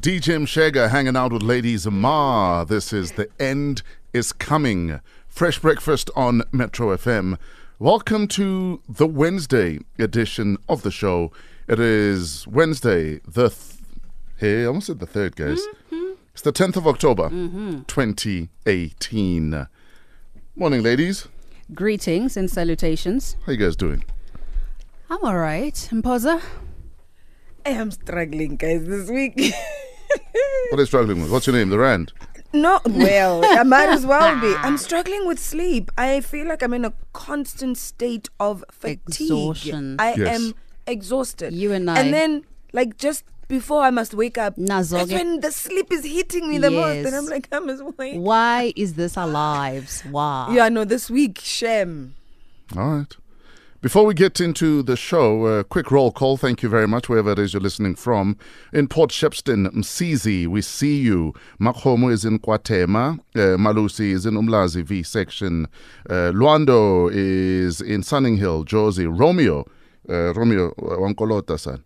DJ Mshega hanging out with Ladies Ma. This is The End is Coming. Fresh breakfast on Metro FM. Welcome to the Wednesday edition of the show. It is Wednesday, the. Th- hey, I almost said the third, guys. It's the 10th of October, 2018. Morning, ladies. Greetings and salutations. How you guys doing? I'm all right. Mpoza? I am struggling, guys, this week. What are you struggling with? What's your name? The Rand? no, well, I might as well be. I'm struggling with sleep. I feel like I'm in a constant state of fatigue. Exhaustion. I Yes. am exhausted. You and I. And then, like, just before I must wake up, Nazo that's ke. when the sleep is hitting me the most. Yes. And I'm like, I'm awake. Why is this our lives? Wow. Yeah, no, this week, shame. All right. Before we get into the show, a quick roll call. Thank you very much, wherever it is you're listening from. In Port Shepston, Msizi, we see you. Makhomo is in Kwatema. Uh, Malusi is in Umlazi V section. Uh, Luando is in Sunning Hill. Josie, Romeo. Uh, Romeo uh, Wankolota san.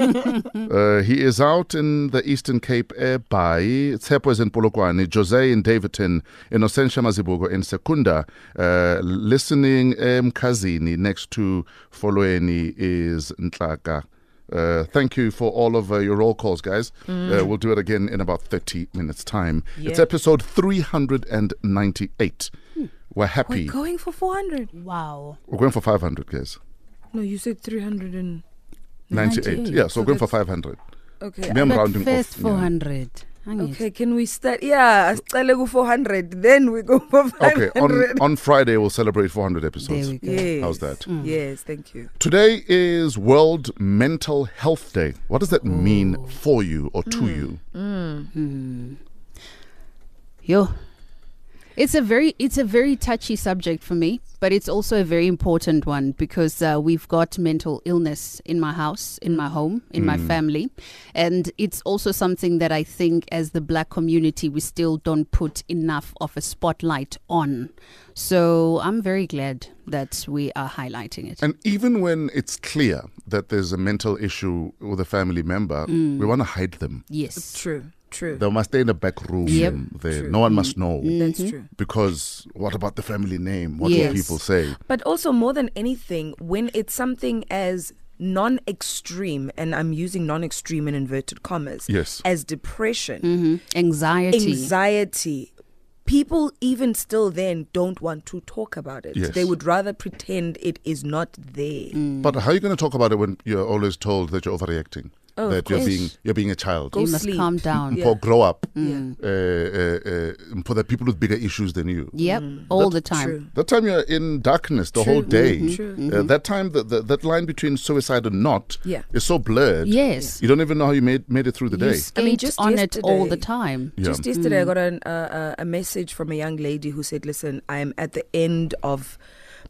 Uh, he is out in the Eastern Cape Air by Tsepo is in Polokwane, Jose in Daverton, Innocentia Mazibugo in Secunda. Uh, listening um, Kazini next to Foloeni is Ntlaka. Uh, thank you for all of uh, your roll calls, guys. Mm. Uh, we'll do it again in about 30 minutes' time. It's episode 398. Hmm. We're happy. We're going for 400. Wow. We're going for 500, guys. No, you said 300 and. 98. 98. Yeah, so, So we're going for that's- 500. Okay. Me, I'm But rounding first off. yeah. 400. Hang it. Okay, can we start? Yeah, I go 400. Then we go for 500. Okay, on, on Friday we'll celebrate 400 episodes. There we go. Yes. Mm. How's that? Yes, thank you. Today is World Mental Health Day. What does Oh. that mean for you or to Hmm. you? Yo. It's a very it's a very touchy subject for me, but it's also a very important one because uh, we've got mental illness in my house, in my home, in my family, and it's also something that I think as the black community we still don't put enough of a spotlight on. So I'm very glad that we are highlighting it. And even when it's clear that there's a mental issue with a family member, Hmm. we want to hide them. yes. True, true. They must stay in a back room. Yep. There, True. Hmm. no one must know. That's true. Because what about the family name? What Yes. will people say? But also, more than anything, when it's something as non extreme, and I'm using non extreme in inverted commas, Yes. as depression, Mhm. Anxiety. Mm. anxiety, people even still then don't want to talk about it. Yes. They would rather pretend it is not there. But how are you going to talk about it when you're always told that you're overreacting? Oh, of that you're course. being you're being a child. Go you must sleep. calm down. Yeah. Hmm. Or grow up. Yeah. uh, uh, uh, for the people with bigger issues than you. Yep, all the time. Mm. True. That time you're in darkness the whole True. day. Mhm. True. Uh, that time, the, the, that line between suicide and not Yeah. is so blurred. Yes. You don't even know how you made, made it through the You day. skate I mean, just on it all the yesterday- time. Yeah. Just yesterday, I got an, uh, a a message from a young lady who said, "Listen, I am at the end of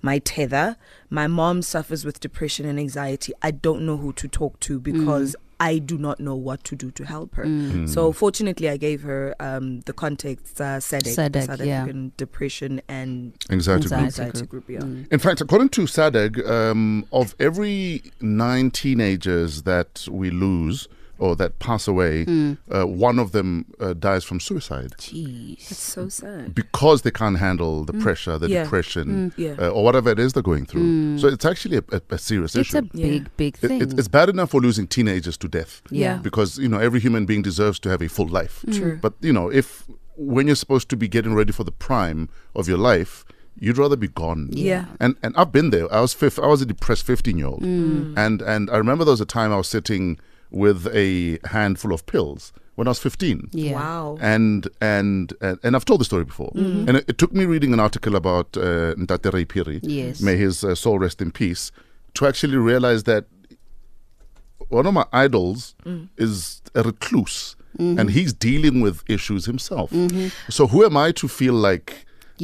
my tether. My mom suffers with depression and anxiety. I don't know who to talk to because." Mm. I do not know what to do to help her. Mm. So fortunately, I gave her um, the context uh, SADC, SADC, South yeah. African Depression and Anxiety. Anxiety. Mm. group. Anxiety Group. yeah. In fact, according to SADC, um, of every nine teenagers that we lose or that pass away, mm. Mm. uh, one of them uh, dies from suicide. Jeez. That's so sad. because they can't handle the pressure, the Mm. Yeah. depression, Mm. Yeah. uh, or whatever it is they're going through. So it's actually a, a, a serious It's issue. a Yeah. big, big It- thing. it's- it's bad enough for losing teenagers to death. Yeah. Because, you know, every human being deserves to have a full life. Mm. True. But, you know, if when you're supposed to be getting ready for the prime of your life, you'd rather be gone. Yeah. And and I've been there. I was fifth, I was a depressed 15 year old. Mm. And and I remember there was a time I was sitting with a handful of pills when I was 15 yeah. Wow. and and and, and I've told the story before. Mm-hmm. And it, it took me reading an article about uh, Ntate Ray Piri, Yes. may his uh, soul rest in peace, to actually realize that one of my idols Mm. is a Mm-hmm. recluse, and he's dealing with issues himself. So who am I to feel like?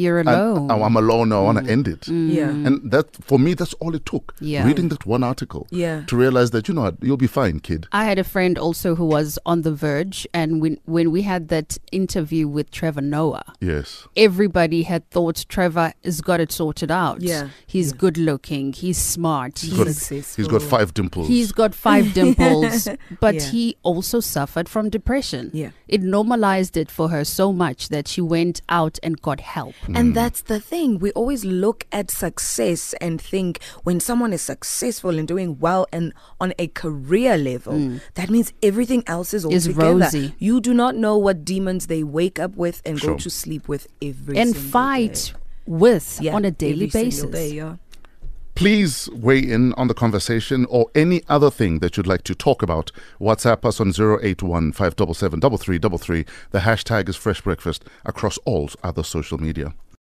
You're Mm-hmm. alone. Mm-hmm. And I- I'm alone. I want to end it. Mm. Yeah. And that, for me, that's all it took. Yeah. Reading that one article Yeah. to realize that, you know what, you'll be fine, kid. I had a friend also who was on the verge, and when when we had that interview with Trevor Noah, Yes. everybody had thought Trevor has got it sorted out. Yeah. he's good looking, he's smart, He's Good. he's successful. He's got five dimples. He's got five dimples, but Yeah. he also suffered from depression. Yeah. It normalized it for her so much that she went out and got help. And that's the thing. We always look at success and think when someone is successful and doing well and on a career level, that means everything else is all Mm. Is together. rosy. You do not know what demons they wake up with and Sure. go to sleep with every and single fight day. with Yeah, on a daily every single basis. day, yeah. Please weigh in on the conversation or any other thing that you'd like to talk about. WhatsApp us on 081 577 3333. The hashtag is Fresh Breakfast across all other social media.